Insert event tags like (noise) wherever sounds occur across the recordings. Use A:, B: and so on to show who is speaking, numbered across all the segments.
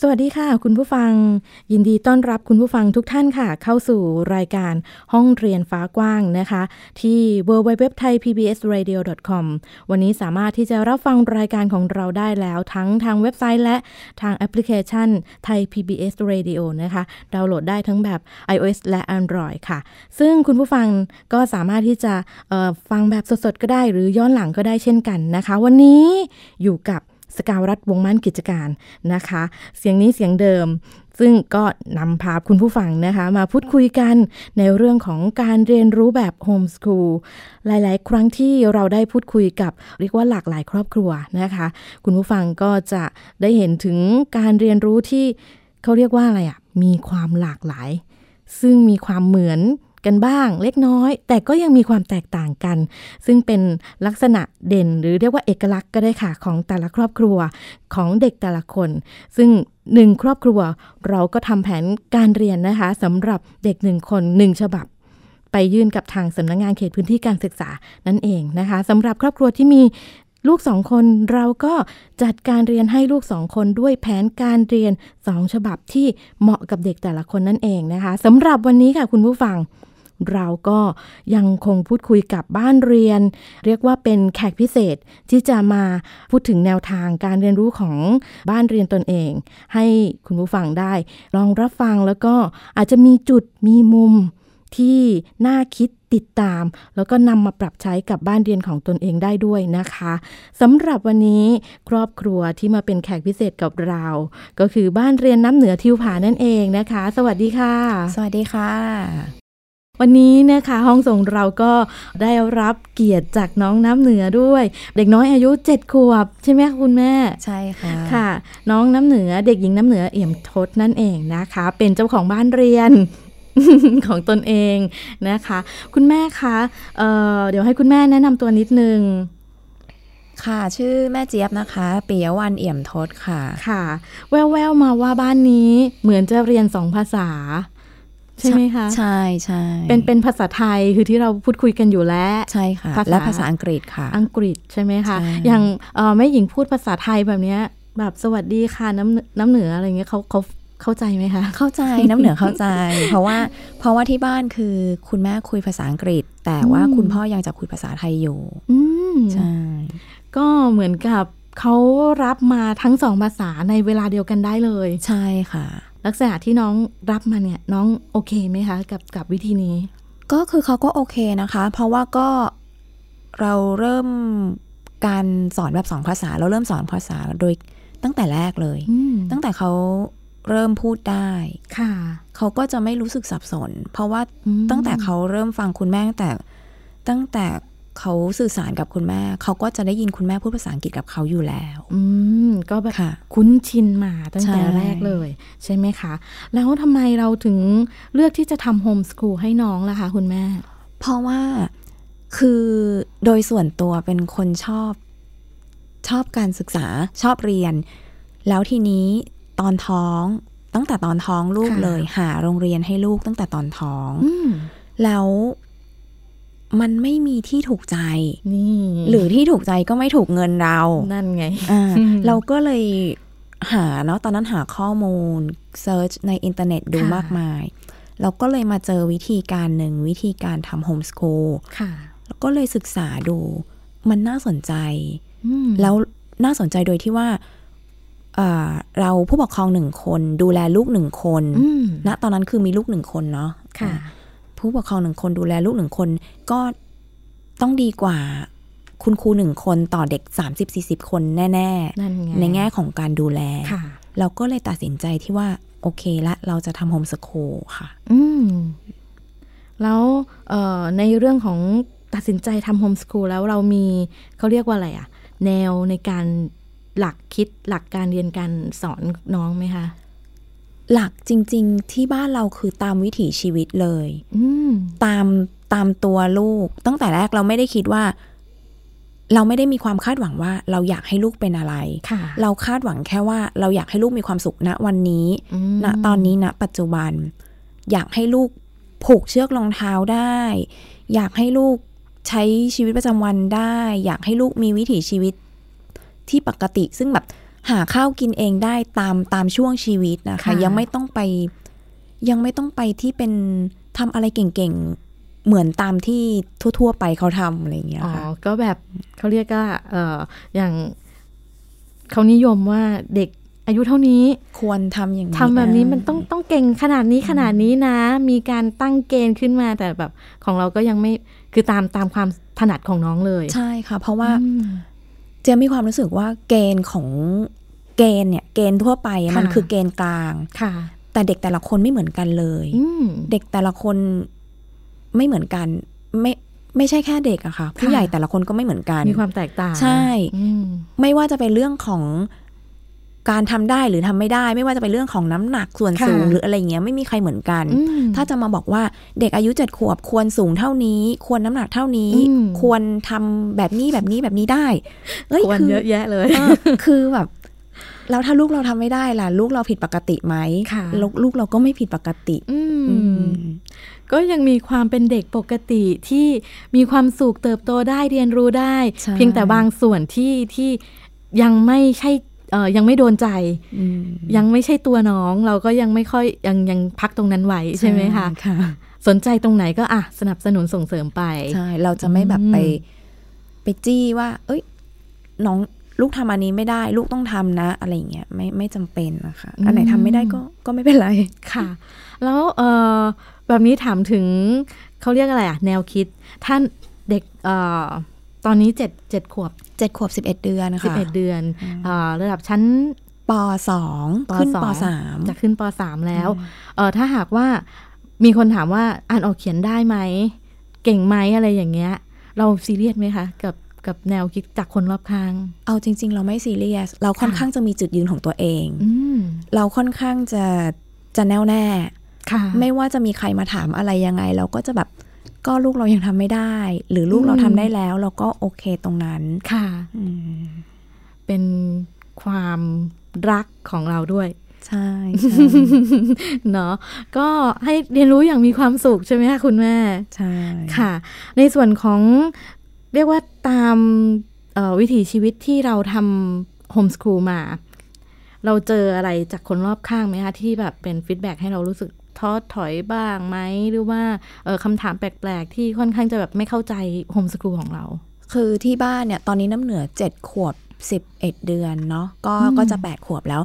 A: สวัสดีค่ะ คุณผู้ฟัง ยินดีต้อนรับคุณผู้ฟังทุกท่านค่ะ เข้าสู่รายการห้องเรียนฟ้ากว้างนะคะ ที่ www.thaipbsradio.com วันนี้สามารถที่จะรับฟังรายการของเราได้แล้วทั้งทางเว็บไซต์และทางแอปพลิเคชันไทย PBS Radio นะคะ ดาวน์โหลดได้ทั้งแบบ iOS และ Android ค่ะ ซึ่งคุณผู้ฟังก็สามารถที่จะเอ่อฟังแบบสดๆก็ได้ หรือย้อนหลังก็ได้เช่นกันนะคะ วันนี้อยู่กับ สกาวรัฐวงศ์มั่นกิจการนะคะ เสียงนี้เสียงเดิม ซึ่งก็นำพาคุณผู้ฟังนะคะ มาพูดคุยกันในเรื่องของการเรียนรู้แบบโฮมสคูลหลาย ๆ ครั้งที่เราได้พูดคุยกับเรียกว่าหลากหลายครอบครัวนะคะ คุณผู้ฟังก็จะได้เห็นถึงการเรียนรู้ที่เขาเรียกว่าอะไรอะ่ะมีความหลากหลาย ซึ่งมีความเหมือนกันบ้างเล็กน้อย แต่ก็ยังมีความแตกต่างกัน ซึ่งเป็นลักษณะเด่นหรือเรียกว่าเอกลักษณ์ก็ได้ค่ะ ของแต่ละครอบครัวของเด็กแต่ละคน ซึ่งหนึ่งครอบครัวเราก็ทำแผนการเรียนนะคะสำหรับเด็กหนึ่งคนหนึ่งฉบับ ไปยื่นกับทางสำนักงานเขตพื้นที่การศึกษานั่นเองนะคะสำหรับครอบครัวที่มีลูกสองคนเราก็จัดการเรียนให้ลูกสองคนด้วยแผนการเรียนสองฉบับที่เหมาะกับเด็กแต่ละคนนั่นเองนะคะสำหรับวันนี้ค่ะคุณผู้ฟัง เราก็ยังคงพูดคุยกับบ้านเรียน เรียกว่าเป็นแขกพิเศษที่จะมาพูดถึงแนวทางการเรียนรู้ของบ้านเรียนตนเอง ให้คุณผู้ฟังได้ ลองรับฟังแล้วก็อาจจะมีจุดมีมุมที่น่าคิดติดตาม แล้วก็นำมาปรับใช้กับบ้านเรียนของตนเองได้ด้วยนะคะสำหรับวันนี้ครอบครัวที่มาเป็นแขกพิเศษกับเรา ก็คือบ้านเรียนน้ำเหนือทิวผานั่นเองนะคะ สวัสดีค่ะ
B: สวัสดีค่ะ
A: วันนี้นะคะห้องส่งเราก็ได้รับเกียรติจากน้องน้ำเหนือด้วย เด็กน้อยอายุ7ขวบใช่ไหมคะคุณแม่
B: ใช่ค่ะ
A: ค่ะ น้องน้ำเหนือเด็กหญิงน้ำเหนือเอี่ยมทศนั่นเองนะคะ เป็นเจ้าของบ้านเรียน (laughs) ของตนเองนะคะ คุณแม่คะเอ่อเดี๋ยวให้คุณแม่แนะนำตัวนิดนึง
B: ค่ะ ชื่อแม่เจี๊ยบนะคะปิยวันเอี่ยมทศค่ะ
A: ค่ะ แววๆมาว่าบ้านนี้เหมือนจะเรียนสองภาษา ใช่ไหมคะ
B: ใช่ใช่
A: เป็นเป็นภาษาไทยคือที่เราพูดคุยกันอยู่แล้ว
B: ใช่ค่ะ
A: ภาษา
B: และภาษาอังกฤษค่ะ
A: อังกฤษใช่ไหมคะ
B: ใช่
A: อย่างเอ่อแม่หญิงพูดภาษาไทยแบบเนี้ยแบบสวัสดีค่ะน้ำน้ำเหนืออะไรเงี้ยเขาเขาเข้าใจไหมคะ
B: เข้าใจ น้ำเหนือเข้าใจ
A: (laughs)
B: เพราะว่าเพราะว่าที่บ้านคือคุณแม่คุยภาษาอังกฤษ แต่ว่า
A: อืม
B: คุณพ่อยังจะคุยภาษาไทยอยู่
A: อืม
B: ใช่
A: ก็เหมือนกับเขารับมาทั้งสองภาษาในเวลาเดียวกันได้เลย
B: ใช่ค่ะ
A: ลักษณะที่น้องรับมาเนี่ยน้องโอเคไหมคะ กับกับวิธีนี้
B: ก็คือเขาก็โอเคนะคะ เพราะว่าก็เราเริ่มการสอนแบบสองภาษา เราเริ่มสอนภาษาโดยตั้งแต่แรกเลย
A: อืม
B: ตั้งแต่เขาเริ่มพูดได้
A: ค่ะ
B: เขาก็จะไม่รู้สึกสับสน เพราะว่า
A: อืม
B: ตั้งแต่เขาเริ่มฟังคุณแม่ตั้งแต่ตั้งแต่เขาสื่อสารกับคุณแม่ เขาก็จะได้ยินคุณแม่พูดภาษาอังกฤษกับเขาอยู่แล้ว
A: อืมก็แบบ
B: ค่ะ
A: คุ้นชินมาตั้งแต่
B: ใช่
A: แรกเลย ใช่ไหมคะ แล้วทำไมเราถึงเลือกที่จะทำโฮมสคูลให้น้องล่ะคะคุณแม่
B: เพราะว่าคือโดยส่วนตัวเป็นคนชอบชอบการศึกษาชอบเรียน แล้วทีนี้ตอนท้องตั้งแต่ตอนท้องลูก
A: ค่ะ
B: เลย หาโรงเรียนให้ลูกตั้งแต่ตอนท้อง
A: อืม
B: แล้วมันไม่มีที่ถูกใจ
A: นี่
B: หรือที่ถูกใจก็ไม่ถูกเงินเรา
A: นั่นไง
B: อ่า
A: อืม
B: เราก็เลยหาเนาะตอนนั้นหาข้อมูลเซิร์ชในอินเทอร์เน็ตดู
A: ค่ะ
B: มากมาย เราก็เลยมาเจอวิธีการหนึ่งวิธีการทำโฮมส o ูล
A: ค่ะ
B: แล้วก็เลยศึกษาดู มันน่าสนใจ
A: อืม
B: แล้วน่าสนใจโดยที่ว่าเอ่อเราผู้ปกครองหนึ่งคน ดูแลลูกหนึ่งคน
A: อืม
B: ณตอนนั้นคือมีลูกหนึ่งคนเนาะ
A: ค่ะ
B: ผู้ปกครองหนึ่งคนดูแลลูกหนึ่งคนก็ต้องดีกว่า คุณครูหนึ่งคนต่อเด็ก 30-40 คนแน่
A: นั่นไง
B: ๆ ในแง่ของการดูแล
A: ค่ะ
B: เราก็เลยตัดสินใจที่ว่า โอเคละเราจะทำโฮมส o ูลค่ะ
A: อืม แล้วเอ่อในเรื่องของตัดสินใจทำโฮมส o ูลแล้วเรามีเขาเรียกว่าอะไรอะแนวในการหลักคิดหลักการเรียนการสอนน้องไหมคะ
B: หลักจริง ๆ ที่บ้านเราคือตามวิถีชีวิตเลย
A: อืม
B: ตามตามตัวลูก ตั้งแต่แรกเราไม่ได้คิดว่า เราไม่ได้มีความคาดหวังว่า เราอยากให้ลูกเป็นอะไร
A: ค่ะ
B: เราคาดหวังแค่ว่าเราอยากให้ลูกมีความสุขณวันนี้
A: อืม
B: ณตอนนี้ณปัจจุบัน อยากให้ลูกผูกเชือกรองเท้าได้ อยากให้ลูกใช้ชีวิตประจำวันได้ อยากให้ลูกมีวิถีชีวิตที่ปกติ ซึ่งแบบหาข้าวกินเองได้ตามตามช่วงชีวิตนะคะ
A: ค่ะ
B: ยังไม่ต้องไป ยังไม่ต้องไปที่เป็นทำอะไรเก่งๆ เหมือนตามที่ทั่วๆ ไปเขาทำอะไรอย่างเงี้ย
A: อ๋อ
B: ค่ะ
A: ก็แบบเขาเรียกว่าเอ่ออย่างเขานิยมว่าเด็กอายุเท่านี้
B: ควรทำอย่างนี้
A: ทำแบบนี้
B: ะ
A: มันต้องต้องเก่งขนาดนี้ขนาดนี้นะ มีการตั้งเกณฑ์ขึ้นมาแต่แบบของเราก็ยังไม่คือตามตามความถนัดของน้องเลย
B: ใช่ค่ะ เพราะว่า
A: อืม
B: เจมีความรู้สึกว่าเกณฑ์ของเกณฑ์เนี่ยเกณฑ์ทั่วไปอะ
A: ค่ะ
B: มันคือเกณฑ์กลาง
A: ค่ะ
B: แต่เด็กแต่ละคนไม่เหมือนกันเลย
A: อืม
B: เด็กแต่ละคนไม่เหมือนกันไม่ไม่ใช่แค่เด็กอะค่ะ ผู้
A: ค่ะ
B: ใหญ่แต่ละคนก็ไม่เหมือนกัน
A: มีความแตกต่าง
B: ใช่
A: อืม
B: ไม่ว่าจะเป็นเรื่องของการทำได้หรือทำไม่ได้ ไม่ว่าจะเป็นเรื่องของน้ำหนักส่วน
A: ค่ะ
B: สูงหรืออะไรอย่างเงี้ยไม่มีใครเหมือนกัน
A: อืม
B: ถ้าจะมาบอกว่าเด็กอายุเจ็ดขวบควรสูงเท่านี้ ควรน้ำหนักเท่านี้
A: อืม
B: ควรทำแบบนี้แบบนี้แบบนี้ได้เอ้ย
A: ควร
B: คือ
A: เยอะแยะเลย
B: เออคือแบบแล้วถ้าลูกเราทำไม่ได้ล่ะ ลูกเราผิดปกติไหม
A: ค่ะ
B: ลูกลูกเราก็ไม่ผิดปกติ
A: อืม
B: อืม
A: ก็ยังมีความเป็นเด็กปกติที่มีความสุขเติบโตได้เรียนรู้ได้
B: ใช่
A: เพียงแต่บางส่วนที่ที่ยังไม่ใช่เอ่อยังไม่โดนใจ
B: อืม
A: ยังไม่ใช่ตัวน้อง เราก็ยังไม่ค่อยยังยังพักตรงนั้นไว้ใช่ไหมคะ
B: ค่ะ
A: สนใจตรงไหนก็อ่ะสนับสนุนส่งเสริมไป
B: ใช่เราจะไม่แบบไป
A: อืม
B: ไปจี้ว่า เอ้ย น้องลูกทำอันนี้ไม่ได้ ลูกต้องทำนะ อะไรอย่างเงี้ยไม่ไม่จำเป็นนะคะอันไหนทำไม่ได้ก็ก็ไม่เป็นไร
A: ค่ะ แล้วเอ่อแบบนี้ถามถึงเขาเรียกอะไรอะแนวคิดท่านเด็กเอ่อตอนนี้เจ็ดเจ็ดขวบ
B: เจ็ดขวบสิบเอ็ดเดือน
A: สิบ
B: ค่ะ
A: เอ็ดเดือนเอ่อระดับชั้น
B: ปสอง
A: ป
B: ขึ้น
A: สอง
B: ปสาม
A: จะขึ้นป .3 แล้ว เออถ้าหากว่ามีคนถามว่าอ่านออกเขียนได้ไหม เก่งไหมอะไรอย่างเงี้ย เราซีเรียสไหมคะ กับกับแนวคิดจากคนรอบข้าง
B: เอาจริง ๆ เราไม่ซีเรียส เราค่อน
A: ค่ะ
B: ข้างจะมีจุดยืนของตัวเอง
A: อืม
B: เราค่อนข้างจะจะแน่วแน่
A: ค่ะ
B: ไม่ว่าจะมีใครมาถามอะไรยังไง เราก็จะแบบก็ลูกเรายังทำไม่ได้ หรือลูกเรา
A: อืม
B: ทำได้แล้ว เราก็โอเคตรงนั้น
A: ค่ะ
B: อืม
A: เป็นความรักของเราด้วย
B: ใช่ใช่
A: (laughs) เนาะก็ให้เรียนรู้อย่างมีความสุขใช่ไหมคะคุณแม่
B: ใช่
A: ค่ะ ในส่วนของเรียกว่าตามเอ่อวิถีชีวิตที่เราทำโฮมส o ูลมา เราเจออะไรจากคนรอบข้างไหมคะ ที่แบบเป็นฟีดแบ็กให้เรารู้สึกท้อถอยบ้างไหม หรือว่าเอ่อคำถามแปลก ๆ ที่ค่อนข้างจะแบบไม่เข้าใจโฮมส o ูลของเรา
B: คือที่บ้านเนี่ย ตอนนี้น้ำเหนือเจ็ดขวบสิบเอ็ดเดือนเนาะก็
A: อืม
B: ก็จะแปดขวบแล้ว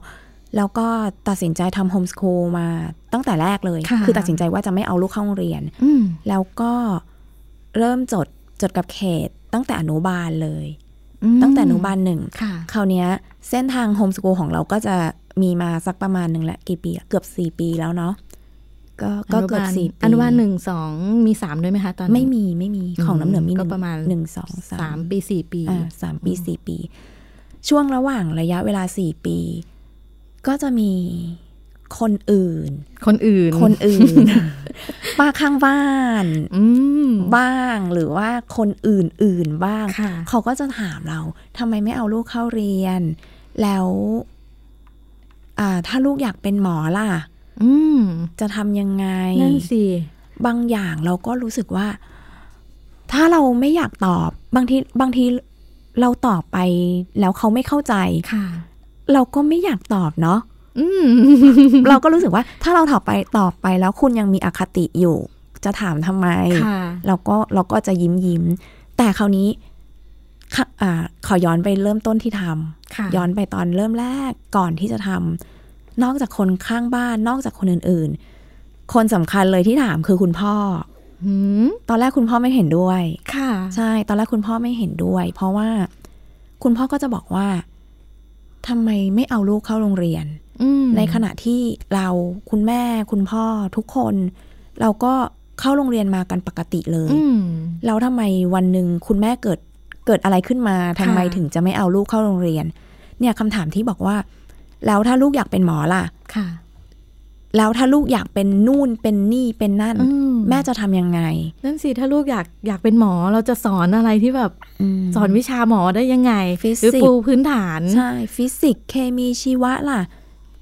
B: แล้วก็ตัดสินใจทำโฮมส o ูลมาตั้งแต่แรกเลย
A: ค่ะ
B: อตัดสินใจว่าจะไม่เอาลูกเข้าโรงเรียน
A: อืม
B: แล้วก็เริ่มจดจดกับเขตตั้งแต่อนุบาลเลย ตั้งแต่อนุบาลหนึ่ง
A: ค่ะ
B: คราวเนี้ยเส้นทางโฮมสกูลของเราก็จะมีมาสักประมาณหนึ่งแหละกี่ปีอะเกือบสี่ปีแล้วเนาะก็ก็เกือบสี่ปี
A: อนุบาลหนึ่งสองมีสามด้วยไหมคะตอนนั้น
B: ไม่มีไม่มีของน้ำเหนือมีห
A: ก็
B: นึ่ง
A: ประมาณ
B: หนึ่งสองสา
A: สาม
B: ม
A: ปีสี่ปี
B: อ่าสามปีสี่ปี ช่วงระหว่างระยะเวลาสี่ปี ก็จะมีคนอื่น
A: คนอื่น
B: คน
A: (laughs)
B: อื่น ป้าข้างบ้าน
A: อืม
B: บ้างหรือว่าคนอื่นอื่นๆบ้าง
A: ค่ะ
B: เขาก็จะถามเราทำไมไม่เอาลูกเข้าเรียน แล้ว อ่า ถ้าลูกอยากเป็นหมอล่ะ
A: อืม
B: จะทำยังไง
A: นั่นสิ
B: บางอย่างเราก็รู้สึกว่า ถ้าเราไม่อยากตอบบางทีบางทีเราตอบไป แล้วเขาไม่เข้าใจ
A: ค่ะ
B: เราก็ไม่อยากตอบเนาะ
A: (laughs) อืม
B: เราก็รู้สึกว่า ถ้าเราตอบไปตอบไปแล้วคุณยังมีอคติอยู่ จะถามทำไม
A: ค่ะ
B: เราก็เราก็จะยิ้มยิ้ม แต่คราวนี้ค่ะอ่าขอย้อนไปเริ่มต้นที่ทำ
A: ค่ะ
B: ย้อนไปตอนเริ่มแรกก่อนที่จะทำนอกจากคนข้างบ้าน นอกจากคนอื่นๆ คนสำคัญเลยที่ถามคือคุณพ่อ
A: หืม
B: ตอนแรกคุณพ่อไม่เห็นด้วย
A: ค่ะ
B: ใช่ ตอนแรกคุณพ่อไม่เห็นด้วย เพราะว่าคุณพ่อก็จะบอกว่าทำไมไม่เอาลูกเข้าโรงเรียน
A: อืม
B: ในขณะที่เราคุณแม่คุณพ่อทุกคน เราก็เข้าโรงเรียนมากันปกติเลย
A: อืม
B: แล้วทำไมวันหนึ่งคุณแม่เกิดเกิดอะไรขึ้นมาทำไม
A: ค่ะ
B: ถึงจะไม่เอาลูกเข้าโรงเรียน เนี่ยคำถามที่บอกว่า แล้วถ้าลูกอยากเป็นหมอล่ะ
A: ค่ะ
B: แล้วถ้าลูกอยากเป็นนู่นเป็นนี่เป็นนั่น
A: อืม
B: แม่จะทำยังไง
A: นั่นสิถ้าลูกอยากอยากเป็นหมอเราจะสอนอะไรที่แบบ
B: ม
A: สอนวิชาหมอได้ยังไง
B: ฟิสิก
A: ห
B: ส์
A: รือปูพื้นฐาน
B: ใช่ฟิสิกส์เคมีชีวะล่ะ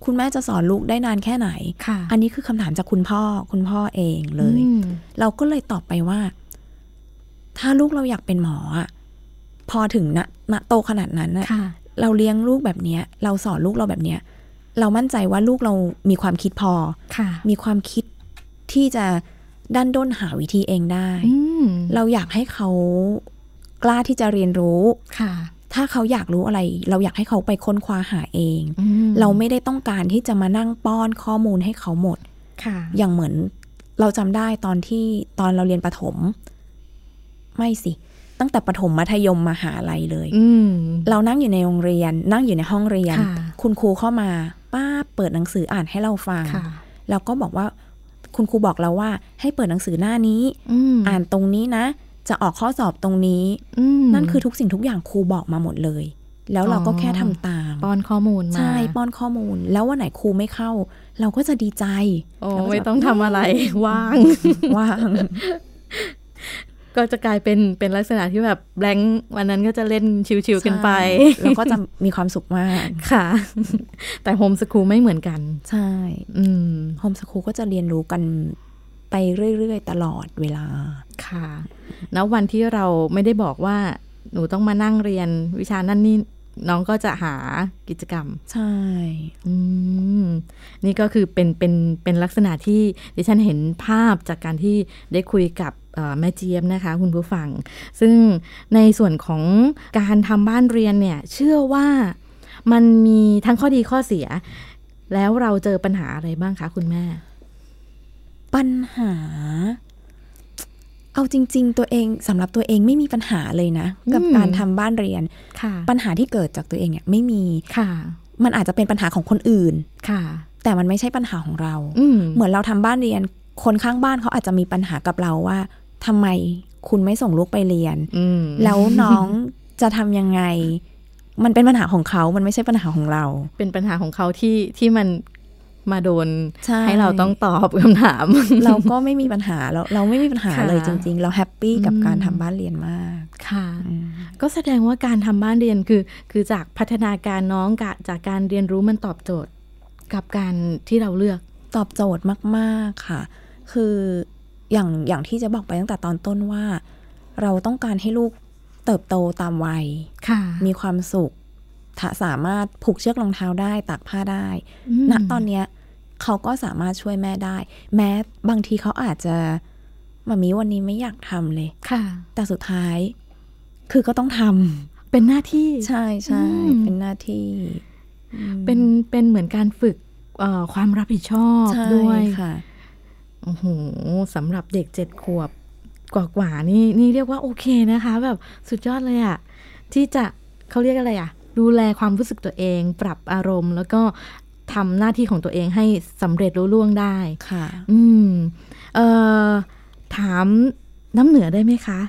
B: คุณแม่จะสอนลูกได้นานแค่ไหน
A: ค่ะ
B: อันนี้คือคำถามจากคุณพ่อคุณพ่อเองเลย
A: อืม
B: เราก็เลยตอบไปว่า ถ้าลูกเราอยากเป็นหมออะพอถึงณณโตขนาดนั้นน่ะ
A: ค่ะ
B: เราเลี้ยงลูกแบบเนี้ย เราสอนลูกเราแบบเนี้ย เรามั่นใจว่าลูกเรามีความคิดพอ
A: ค่ะ
B: มีความคิดที่จะด้านด้นหาวิธีเองได้
A: อืม
B: เราอยากให้เขากล้าที่จะเรียนรู้
A: ค่ะ
B: ถ้าเขาอยากรู้อะไร เราอยากให้เขาไปค้นคว้าหาเอง
A: อืม
B: เราไม่ได้ต้องการที่จะมานั่งป้อนข้อมูลให้เขาหมด
A: ค่ะ
B: อย่างเหมือนเราจำได้ตอนที่ตอนเราเรียนประถม ไม่สิ ตั้งแต่ประถมมัธยมมหาลัยเลย
A: อืม
B: เรานั่งอยู่ในโรงเรียน นั่งอยู่ในห้องเรียน
A: ค่ะ
B: คุณครูเข้ามาป้าเปิดหนังสืออ่านให้เราฟัง
A: ค่ะ
B: แล้วก็บอกว่า คุณครูบอกเราว่า ให้เปิดหนังสือหน้านี้
A: อืม
B: อ่านตรงนี้นะ จะออกข้อสอบตรงนี้
A: อืม
B: นั่นคือทุกสิ่งทุกอย่างครูบอกมาหมดเลย แล้วเราก็
A: อ๋อ
B: แค่ทำตาม
A: ป้อนข้อมูลมา
B: ใช่ป้อนข้อมูล แล้ววันไหนครูไม่เข้า เราก็จะ
A: (laughs)
B: ดีใจ
A: โอ้
B: แล้วก็จะ
A: ไม่ต้องทำอะไร (laughs) ว่าง
B: ว่า
A: ก็จะกลายเป็นเป็นลักษณะที่แบบแบงค์วันนั้นก็จะเล่นชิวๆกันไป
B: ใช่แล้วก็จะมีความสุขมาก
A: ค่ะ แต่โฮมส o ูลไม่เหมือนกัน
B: ใช่
A: อืม
B: โฮมสคูลก็จะเรียนรู้กันไปเรื่อยๆ ตลอดเวลา
A: ค่ะ แล้ววันที่เราไม่ได้บอกว่า หนูต้องมานั่งเรียนวิชานั่นนี่ น้องก็จะหากิจกรรม
B: ใช่
A: อืม นี่ก็คือเป็นเป็นเป็นลักษณะที่ดิฉันเห็นภาพจากการที่ได้คุยกับเอ่อแม่เจี๊ยบนะคะ คุณผู้ฟัง ซึ่งในส่วนของการทำบ้านเรียนเนี่ย เชื่อว่ามันมีทั้งข้อดีข้อเสีย แล้วเราเจอปัญหาอะไรบ้างคะคุณแม่
B: ปัญหา เอาจริง ๆ ตัวเองสำหรับตัวเองไม่มีปัญหาเลยนะ กับ
A: อืม
B: การทำบ้านเรียน
A: ค่ะ
B: ปัญหาที่เกิดจากตัวเองเนี่ยไม่มี
A: ค่ะ
B: มันอาจจะเป็นปัญหาของคนอื่น
A: ค่ะ
B: แต่มันไม่ใช่ปัญหาของเรา
A: อืม
B: เหมือนเราทำบ้านเรียน คนข้างบ้านเขาอาจจะมีปัญหากับเราว่าทำไมคุณไม่ส่งลูกไปเรียน
A: อืม
B: แล้วน้องจะทำยังไง มันเป็นปัญหาของเขา มันไม่ใช่ปัญหาของเรา
A: เป็นปัญหาของเขาที่ที่มันมาโดน
B: ใช่
A: ให้เราต้องตอบคำถาม
B: เรา
A: (laughs)
B: ก็ไม่มีปัญหาเราเราไม่มีปัญหา
A: ค่ะ
B: เลยจริง ๆ เราแฮปปี้กับ
A: อืม
B: การทำบ้านเรียนมาก
A: ค่ะ ก็แสดงว่าการทำบ้านเรียนคือ คือจากพัฒนาการน้องกะจากการเรียนรู้มันตอบโจทย์ กับการที่เราเลือก
B: ตอบโจทย์มากๆค่ะ คืออย่างอย่างที่จะบอกไปตั้งแต่ตอนต้นว่า เราต้องการให้ลูกเติบโตตามวัย
A: ค่ะ
B: มีความสุขถ้าสามารถผูกเชือกรองเท้าได้ตากผ้าได้ ณตอนเนี้ยเขาก็สามารถช่วยแม่ได้ แม้บางทีเขาอาจจะมามีวันนี้ไม่อยากทำเลย
A: ค่ะ
B: แต่สุดท้าย คือก็ต้องท
A: เป็นหน้าที่
B: ำใช่ใช่
A: อืม
B: เป็นหน้าที่
A: เป็น เป็นเหมือนการฝึกเอ่อความรับผิดชอบ
B: ใช่
A: ด้วย
B: ค่ะ
A: โอ้โหสำหรับเด็กเจ็ดขวบกว่ากว่าๆนี่นี่เรียกว่าโอเคนะคะ แบบสุดยอดเลยอะที่จะเขาเรียกอะไรอะดูแลความรู้สึกตัวเอง ปรับอารมณ์ แล้วก็ทำหน้าที่ของตัวเองให้สำเร็จรุ่ล่วงได้
B: ค่ะ
A: อืม เอ่อ ถามน้ำเหนือได้ไหมคะ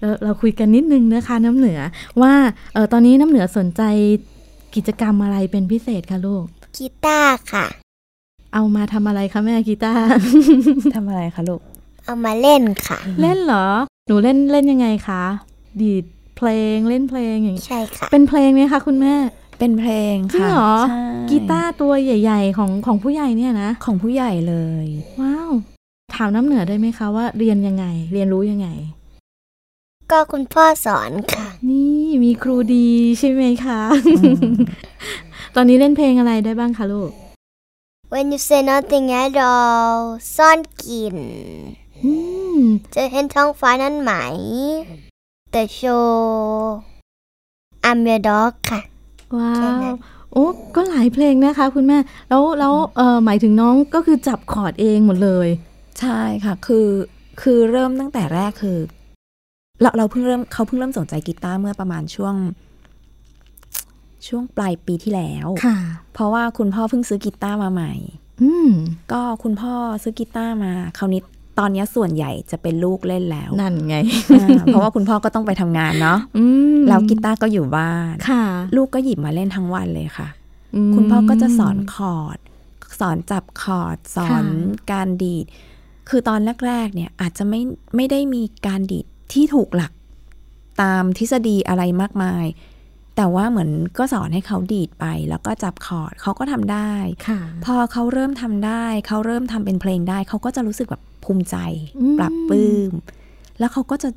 A: เราเราคุยกันนิดนึงนะคะ น้ำเหนือว่าเออตอนนี้น้ำเหนือสนใจกิจกรรมอะไรเป็นพิเศษคะลูก
C: กีตาร์ค่ะ
A: เอามาทำอะไรคะแม่กี
C: (laughs)
A: ตาร์
B: ทำอะไรคะลูก
C: เอามาเล่นค่ะ
A: เล่นเหรอ หนูเล่นเล่นยังไงคะ ดีดเพลงเล่นเพลงอย่างงี้
C: ใช่ค่ะ
A: เป็นเพลงไหมคะคุณแม่
B: เป็นเพลง
A: จริง
B: ค่ะ
A: เหรอ
B: ใช่
A: กีตาร์ตัวใหญ่ ๆ ของของผู้ใหญ่เนี่ยนะ
B: ของผู้ใหญ่เลย
A: ว้าว ถามน้ำเหนือได้ไหมคะว่าเรียนยังไง เรียนรู้ยังไง
C: ก็คุณพ่อสอนค่ะ
A: นี่มีครูดีใช่ไหมคะ ตอนนี้เล่นเพลงอะไรได้บ้างคะลูก
C: When you say nothing at all ซ่อนกลิ่น
A: อืม
C: จะเห็นท้องฟ้านั้นไหม The show I'm your dog ค่ะ
A: ว้า
C: แค่นั้
A: วน โอ้ก็หลายเพลงนะคะ คุณแม่ แล้วแล้วเออหมายถึงน้องก็คือจับคอร์ดเองหมดเลย
B: ใช่ค่ะ คือคือเริ่มตั้งแต่แรกคือ เราเราเพิ่งเริ่มเขาเพิ่งเริ่มสนใจกีตาร์เมื่อประมาณช่วง ช่วงปลายปีที่แล้ว
A: ค่ะ
B: เพราะว่าคุณพ่อเพิ่งซื้อกีตาร์มาใหม่
A: อืม
B: ก็คุณพ่อซื้อกีตาร์มา คราวนี้ตอนเนี้ยส่วนใหญ่จะเป็นลูกเล่นแล้ว
A: นั่นไง
B: อ่าเพราะว่าคุณพ่อก็ต้องไปทำงานเนาะ
A: อืม
B: แล้วกีตาร์ก็อยู่บ้าน
A: ค่ะ
B: ลูกก็หยิบมาเล่นทั้งวันเลยค่ะ
A: ม
B: คุณพ่อก็จะสอนคอร์ด สอนจับคอร์ดสอนการดีด คือตอนแรกๆเนี่ยอาจจะไม่ไม่ได้มีการดีดที่ถูกหลักตามทฤษฎีอะไรมากมาย แต่ว่าเหมือนก็สอนให้เขาดีดไป แล้วก็จับคอร์ดเขาก็ทำได้
A: ค่ะ
B: พอเขาเริ่มทำได้ เขาเริ่มทำเป็นเพลงได้ เขาก็จะรู้สึกแบบภูมิใจ
A: อืม
B: ปรับปลื้มแล้วเขาก็จะ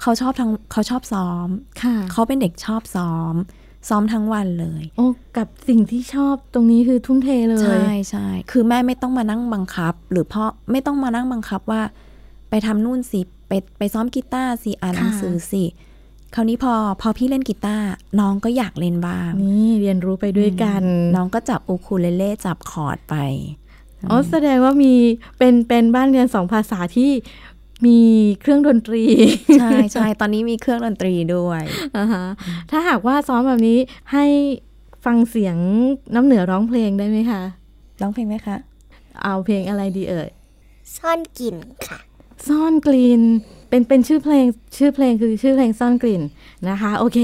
B: เขาชอบทั้งเขาชอบซ้อม
A: ค่ะ
B: เขาเป็นเด็กชอบซ้อม ซ้อมทั้งวันเลย
A: โอ้กับสิ่งที่ชอบตรงนี้คือทุ่มเทเลย
B: ใช่ใช่คือแม่ไม่ต้องมานั่งบังคับ หรือพ่อไม่ต้องมานั่งบังคับว่า ไปทำนู่นสิไปไปซ้อมกีตาร์สิอ่านหนัง
A: ค่ะ
B: สือสิคราวนี้พอพอพี่เล่นกีตาร์น้องก็อยากเล่นบ้าง
A: นี่เรียนรู้ไปด้วยกัน
B: น้องก็จับอูคูเลเล่จับคอร์ดไป
A: อ๋อแสดงว่ามีเป็นเป็นบ้านเรียนสองภาษาที่มีเครื่องดนตรี
B: ใช่ (laughs) ใช่ตอนนี้มีเครื่องดนตรีด้วย
A: อ่าฮะถ้าหากว่าซ้อมแบบนี้ให้ฟังเสียงน้ำเหนือร้องเพลงได้ไหมคะ
B: ร้องเพลงไหมคะ
A: เอาเพลงอะไรดีเอ่ย
C: ซ่อนกลิ่นค่ะ
A: ซ่อนกลิ่นเป็นเป็นชื่อเพลงชื่อเพลงคือชื่อเพลงซ่อนกลิ่นนะคะ โอเค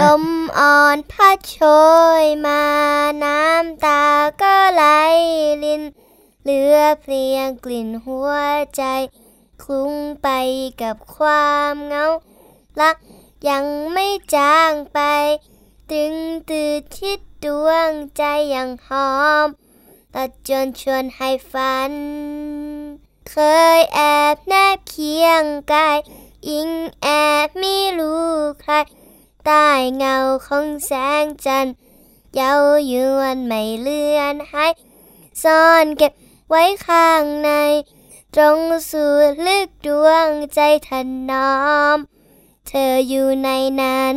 C: ลมอ่อนพัดโชยมาน้ำตาก็ไหลลินเหลือเพลียงกลิ่นหัวใจ คลุ้งไปกับความเหงารักยังไม่จางไป ตึงตืดชิดดวงใจยังหอมตัดจนชวนให้ฝัน เคยแอบแนบเคียงกายอิงแอบไม่รู้ใคร ใต้เงาของแสงจันทร์เย้ายวนไม่เลือนหายซ่อนเก็บไว้ข้างใน ตรงสู่ลึกดวงใจถนอม เธออยู่ในนั้น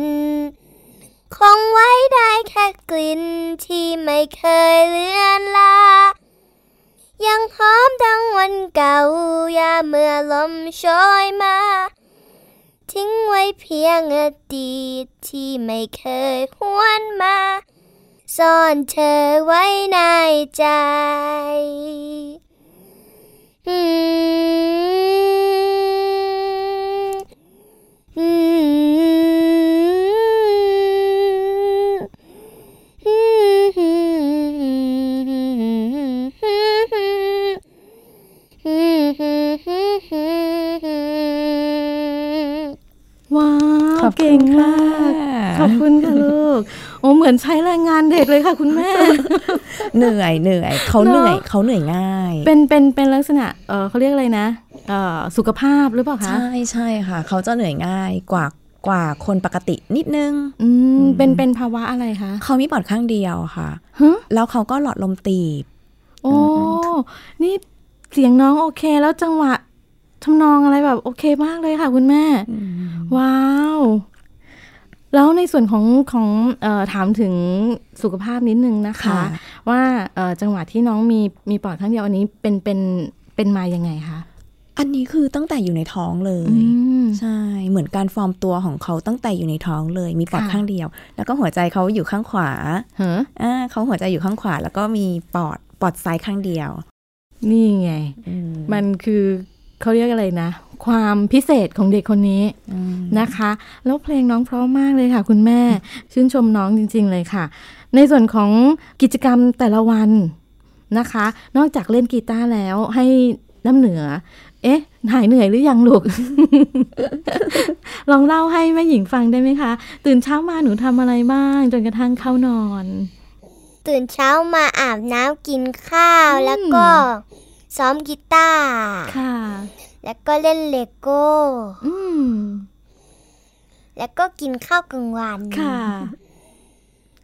C: คงไว้ได้แค่กลิ่นที่ไม่เคยเลือนลา ยังหอมดังวันเก่ายามเมื่อลมโชยมา ทิ้งไว้เพียงอดีตที่ไม่เคยหวนมา ซ่อนเธอไว้ในใจอืมอืมอืม
A: ว้าว
B: ขอบคุณ
A: เก่งมาก
B: ค่ะ
A: ขอบคุณค่ะลูก โอ้เหมือนใช้แรงงานเด็กเลยค่ะคุณแม่ (laughs)
B: เหนื่อยเหนื่อยเขาเหนื่อยเขาเหนื่อยง่าย
A: เป็นเป็นเป็นลักษณะเออเขาเรียกอะไรนะเออสุขภาพหรือเปล่าคะ
B: ใช่ใช่ค่ะ เขาจะเหนื่อยง่ายกว่ากว่าคนปกตินิดนึง
A: อืมเป็นเป็นภาวะอะไรคะ
B: เขามีปอดข้างเดียวค่ะ
A: ฮะ
B: แล้วเขาก็หลอดลมตีบ
A: โอ้ นี่เสียงน้องโอเคแล้วจังหวะทำนองอะไรแบบโอเคมากเลยค่ะคุณแม่ ว้าว แล้วในส่วนของของเออถามถึงสุขภาพนิดนึงนะคะ
B: ค่ะ
A: ว่าเอ่อจังหวะที่น้องมีมีปอดข้างเดียวอันนี้เป็นเป็นเป็นมายังไงคะ
B: อันนี้คือตั้งแต่อยู่ในท้องเลย
A: อืม
B: ใช่ เหมือนการฟอร์มตัวของเขาตั้งแต่อยู่ในท้องเลย มีปอด
A: ค่ะ
B: ข้างเดียว แล้วก็หัวใจเขาอยู่ข้างขวา
A: เหรอ
B: อ่าเขาหัวใจอยู่ข้างขวา แล้วก็มีปอดปอดซ้ายข้างเดียว
A: นี่ไง
B: อื
A: มันคือเขาเรียกอะไรนะ ความพิเศษของเด็กคนนี้
B: อืม
A: นะคะ แล้วเพลงน้องเพราะมากเลยค่ะคุณแม่ ชื่นชมน้องจริง ๆ เลยค่ะ ในส่วนของกิจกรรมแต่ละวันนะคะ นอกจากเล่นกีตาร์แล้วให้น้ำเหนือ เอ๊ะ หายเหนื่อยหรือยังลูก (laughs) ลองเล่าให้แม่หญิงฟังได้ไหมคะ ตื่นเช้ามาหนูทำอะไรบ้าง จนกระทั่งเข้านอน
C: ตื่นเช้ามาอาบน้ำกินข้าว
A: อืม
C: แล้วก็ซ้อมกีตาร์
A: ค่ะ
C: แล้วก็เล่นเลโก้
A: อืม
C: แล้วก็กินข้าวกลางวัน
A: ค่ะ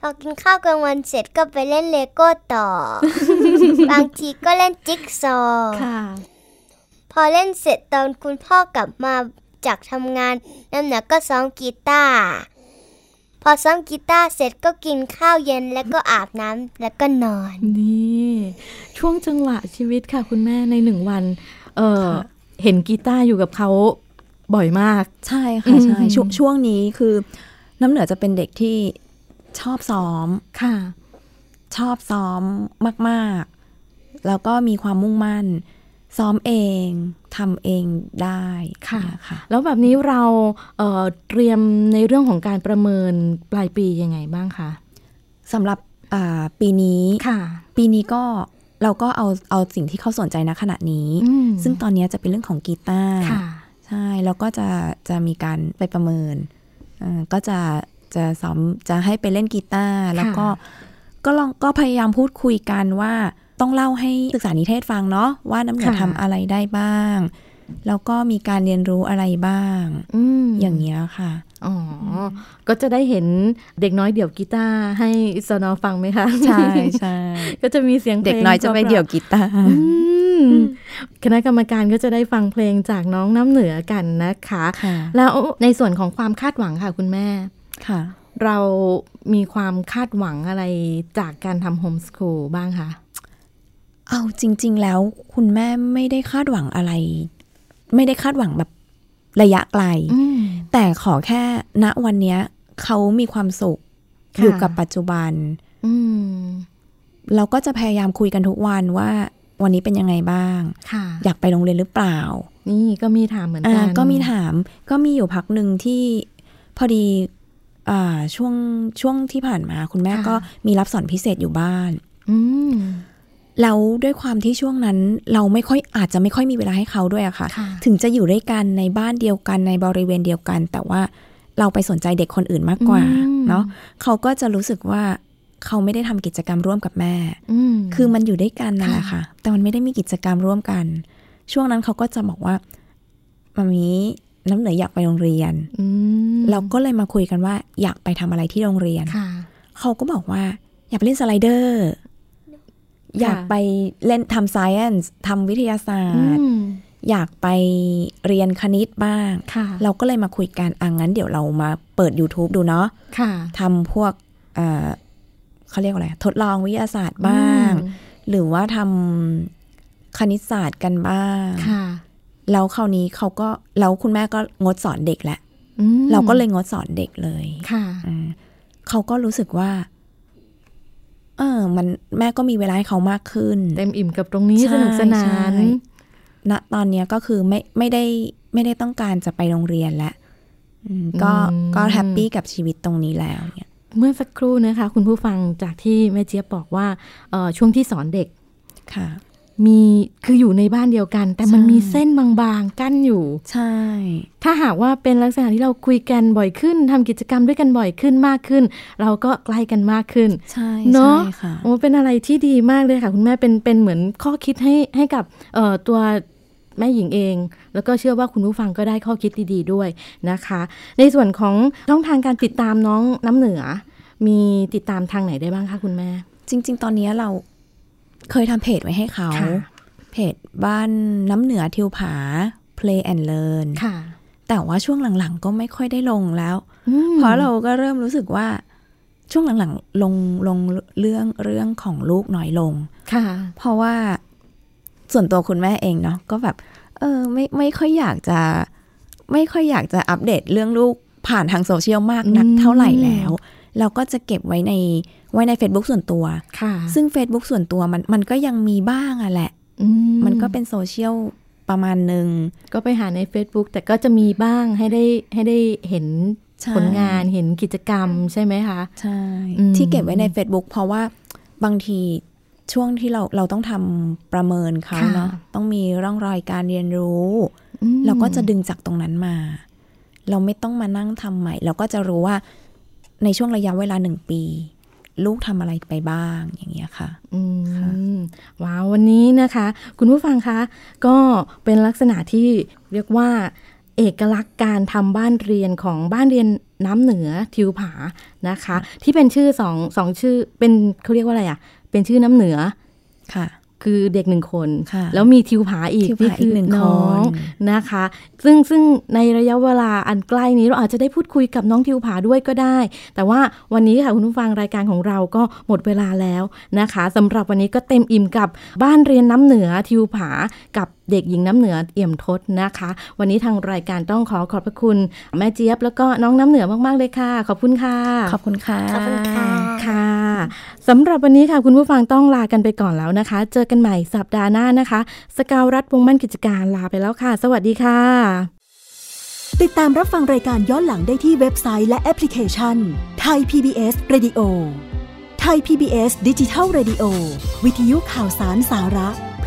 C: พอกินข้าวกลางวันเสร็จก็ไปเล่นเลโก้ต่
A: (laughs)
C: อ บางทีก็เล่นจิ๊กซอว์
A: ค่ะ
C: พอเล่นเสร็จตอนคุณพ่อกลับมาจากทำงานน้ำหนักก็ซ้อมกีตาร์พอซ้อมกีตาร์เสร็จก็กินข้าวเย็นแล้วก็อาบน้ำแล้วก็นอน
A: นี่ช่วงจังหวะชีวิตค่ะ คุณแม่ในหนึ่งวัน เออเห็นกีตาร์อยู่กับเขาบ่อยมาก
B: ใช่ค่ะใช่
A: อืม
B: ช่วงช่วงนี้คือน้ำเหนือจะเป็นเด็กที่ชอบซ้อม
A: ค่ะ
B: ชอบซ้อมมากๆ แล้วก็มีความมุ่งมั่น ซ้อมเองทำเองได้
A: ค่ะ
B: เนี่ยค่ะ
A: แล้วแบบนี้เราเอ่อเตรียมในเรื่องของการประเมินปลายปียังไงบ้างคะ
B: สำหรับอ่าปีนี้
A: ค่ะ
B: ปีนี้ก็เราก็เอาเอาสิ่งที่เขาสนใจนะขณะนี้
A: อืม
B: ซึ่งตอนเนี้ยจะเป็นเรื่องของกีตาร์
A: ค่ะ
B: ใช่ แล้วก็จะจะมีการไปประเมินอ่าก็จะจะซ้อมจะให้ไปเล่นกีตาร์แล้วก็ก็ลองก็พยายามพูดคุยกันว่าต้องเล่าให้ศึกษานิเทศฟังเนาะว่าน้ำเหนือ
A: ค่ะ
B: ทำอะไรได้บ้าง แล้วก็มีการเรียนรู้อะไรบ้าง
A: อืม
B: อย่างเงี้ย
A: (laughs)
B: ค่ะ
A: อ๋ออก็จะได้เห็นเด็กน้อยเดี่ยวกีตาร์ให้สนอฟังไหมคะ
B: ใช่ใช่
A: (laughs) ก็จะมีเสียงพลง
B: เด็กน้อยจะไป
A: พราๆ
B: เดี่ยวกีตาร์
A: อืมคณะกรรมการก็จะได้ฟังเพลงจากน้องน้ำเหนือกันนะคะ
B: ค่ะ
A: แล้วในส่วนของความคาดหวังค่ะคุณแม่
B: ค่ะ
A: เรามีความคาดหวังอะไรจากการทำโฮมสคูลบ้างคะ
B: เอาจริง ๆ แล้วคุณแม่ไม่ได้คาดหวังอะไร ไม่ได้คาดหวังแบบระยะไกล แต่ขอแค่ณวันเนี้ยเขามีความสุข
A: ค่ะ
B: อยู่กับปัจจุบัน
A: อืม
B: เราก็จะพยายามคุยกันทุกวันว่า วันนี้เป็นยังไงบ้าง
A: ค่ะ
B: อยากไปโรงเรียนหรือเปล่า
A: นี่ก็มีถามเหมือนกั
B: อ่าน ก็มีถามก็มีอยู่พักหนึ่งที่พอดีอ่าช่วงช่วงที่ผ่านมาคุณแม่ก็มีรับสอนพิเศษอยู่บ้าน
A: อืม
B: แล้วด้วยความที่ช่วงนั้นเราไม่ค่อยอาจจะไม่ค่อยมีเวลาให้เขาด้วยอะค่ะ
A: ค่ะ
B: ถึงจะอยู่ด้วยกันในบ้านเดียวกันในบริเวณเดียวกัน แต่ว่าเราไปสนใจเด็กคนอื่นมากกว่าเนาะเขาก็จะรู้สึกว่าเขาไม่ได้ทำกิจกรรมร่วมกับแม่
A: อืม
B: คือมันอยู่ด้วยกันนั่นแหละค่ะ แต่มันไม่ได้มีกิจกรรมร่วมกัน ช่วงนั้นเขาก็จะบอกว่ามามีน้ำเหนืออยากไปโรงเรียน
A: อืม
B: เราก็เลยมาคุยกันว่าอยากไปทำอะไรที่โรงเรียน
A: ค่ะ
B: เขาก็บอกว่า อยากไปเล่นสไลเดอร์ อยากไปเล่นทำ science ทำวิทยาศา
A: อื
B: สตร์
A: ม
B: อยากไปเรียนคณิตบ้าง
A: ค่ะ
B: เราก็เลยมาคุยกันอ่ะงั้นเดี๋ยวเรามาเปิด YouTube ดูเนาะ
A: ค่ะ
B: ทำพวกเอ่อเขาเรียกว่าอะไร ทดลองวิทยาศาสตร์บ้าง หรือว่าทำคณิตศาสตร์กันบ้าง
A: ค่ะ
B: แล้วคราวนี้เขาก็ แล้วคุณแม่ก็งดสอนเด็กแหละ
A: อืม
B: เราก็เลยงดสอนเด็กเลย
A: ค่ะ
B: อืมเขาก็รู้สึกว่า เออ มันแม่ก็มีเวลาให้เขามากขึ้น
A: เต็มอิ่มกับตรงนี้
B: ใช่
A: สนุกสนาน
B: ใช่ ณตอนเนี้ยก็คือไม่ไม่ได้ไม่ได้ต้องการจะไปโรงเรียนแล้วอืมก็
A: อืม
B: ก็แฮปปี้กับชีวิตตรงนี้แล้วเนี่ย
A: เมื่อสักครู่นะคะ คุณผู้ฟังจากที่แม่เจี๊ยบบอกว่าเอ่อช่วงที่สอนเด็ก
B: ค่ะ
A: มีคืออยู่ในบ้านเดียวกัน แต่มัน
B: ใช่
A: มีเส้นบางๆ กั้นอยู่
B: ใช่
A: ถ้าหากว่าเป็นลักษณะที่เราคุยกันบ่อยขึ้นทำกิจกรรมด้วยกันบ่อยขึ้นมากขึ้น เราก็ใกล้กันมากขึ้น
B: ใช่
A: เนอะ
B: ใช่ค่ะ
A: โอ้เป็นอะไรที่ดีมากเลยค่ะ คุณแม่เป็นเป็นเหมือนข้อคิดให้ให้กับเอ่อตัวแม่หญิงเอง แล้วก็เชื่อว่าคุณผู้ฟังก็ได้ข้อคิดดีๆด้วยนะคะ ในส่วนของช่องทางการติดตามน้องน้ำเหนือ มีติดตามทางไหนได้บ้างคะคุณแม่
B: จริง ๆ ตอนเนี้ยเราเคยทำเพจไว้ให้เขา
A: ค่ะ
B: เพจบ้านน้ำเหนือทิวผา play and learn
A: ค่ะ
B: แต่ว่าช่วงหลังๆ ก็ไม่ค่อยได้ลงแล้ว
A: อืม
B: เพราะเราก็เริ่มรู้สึกว่าช่วงหลังๆลงลงเรื่องเรื่องของลูกน้อยลง
A: ค่ะ
B: เพราะว่าส่วนตัวคุณแม่เองเนาะก็แบบ เออไม่ไม่ค่อยอยากจะ ไม่ค่อยอยากจะอัปเดตเรื่องลูกผ่านทางโซเชียลมากนัก
A: อืม
B: เท่าไหร่แล้ว เราก็จะเก็บไว้ในไว้ใน Facebook ส่วนตัว
A: ค่ะ
B: ซึ่ง Facebook ส่วนตัวมันมันก็ยังมีบ้างอะแหละ
A: อื
B: มันก็เป็นโซเชียลประมาณหนึ่ง
A: ก็ไปหาใน Facebook แต่ก็จะมีบ้างให้ได้ให้ได้เห็น
B: ใช่
A: ผลงานเห็นกิจกรรมใช่ไหมคะ
B: ใช่
A: อืม
B: ที่เก็บไว้ใน Facebook เพราะว่าบางทีช่วงที่เราเราต้องทำประเมินเขาเนาะต้องมีร่องรอยการเรียนรู้
A: อืม
B: เราก็จะดึงจากตรงนั้นมา เราไม่ต้องมานั่งทำใหม่ เราก็จะรู้ว่าในช่วงระยะเวลาหนึ่งปี ลูกทำอะไรไปบ้างอย่างเงี้ยค่ะ
A: อืมว้าววันนี้นะคะ คุณผู้ฟังคะก็เป็นลักษณะที่เรียกว่า เอกลักษณ์การทำบ้านเรียนของบ้านเรียนน้ำเหนือทิวผานะคะ ที่เป็นชื่อสองสองชื่อเป็นเขาเรียกว่าอะไรอ่ะ เป็นชื่อน้ำเหนือ
B: ค่ะ
A: คือเด็กหนึ่งคน
B: ค่ะ
A: แล้วมีทิวผาอีก
B: ทิวผาอีกหนึ่ง
A: คืน้อง
B: คน
A: นะคะ ซึ่งซึ่งในระยะเวลาอันใกล้นี้เราอาจจะได้พูดคุยกับน้องทิวผาด้วยก็ได้ แต่ว่าวันนี้ค่ะคุณผู้ฟังรายการของเราก็หมดเวลาแล้วนะคะสำหรับวันนี้ก็เต็มอิ่มกับบ้านเรียนน้ำเหนือทิวผากับเด็กหญิงน้ำเหนือเอี่ยมทศนะคะ วันนี้ทางรายการต้องขอขอบพระคุณแม่เจี๊ยบแล้วก็น้องน้ำเหนือมากๆเลยค่ะ ขอบคุณค่ะ
B: ขอบคุณค่ะ
C: ขอบคุณค่ะ
A: ค่ะสำหรับวันนี้ค่ะคุณผู้ฟังต้องลากันไปก่อนแล้วนะคะ เจอกันใหม่สัปดาห์หน้านะคะ สกาวรัฐวงศ์มั่นกิจการลาไปแล้วค่ะ สวัสดีค่ะ
D: ติดตามรับฟังรายการย้อนหลังได้ที่เว็บไซต์และแอปพลิเคชันไทย PBS Radio ไท ทย PBS ดิจิทัล Radio วิทยุข่าวสารสาระ เพ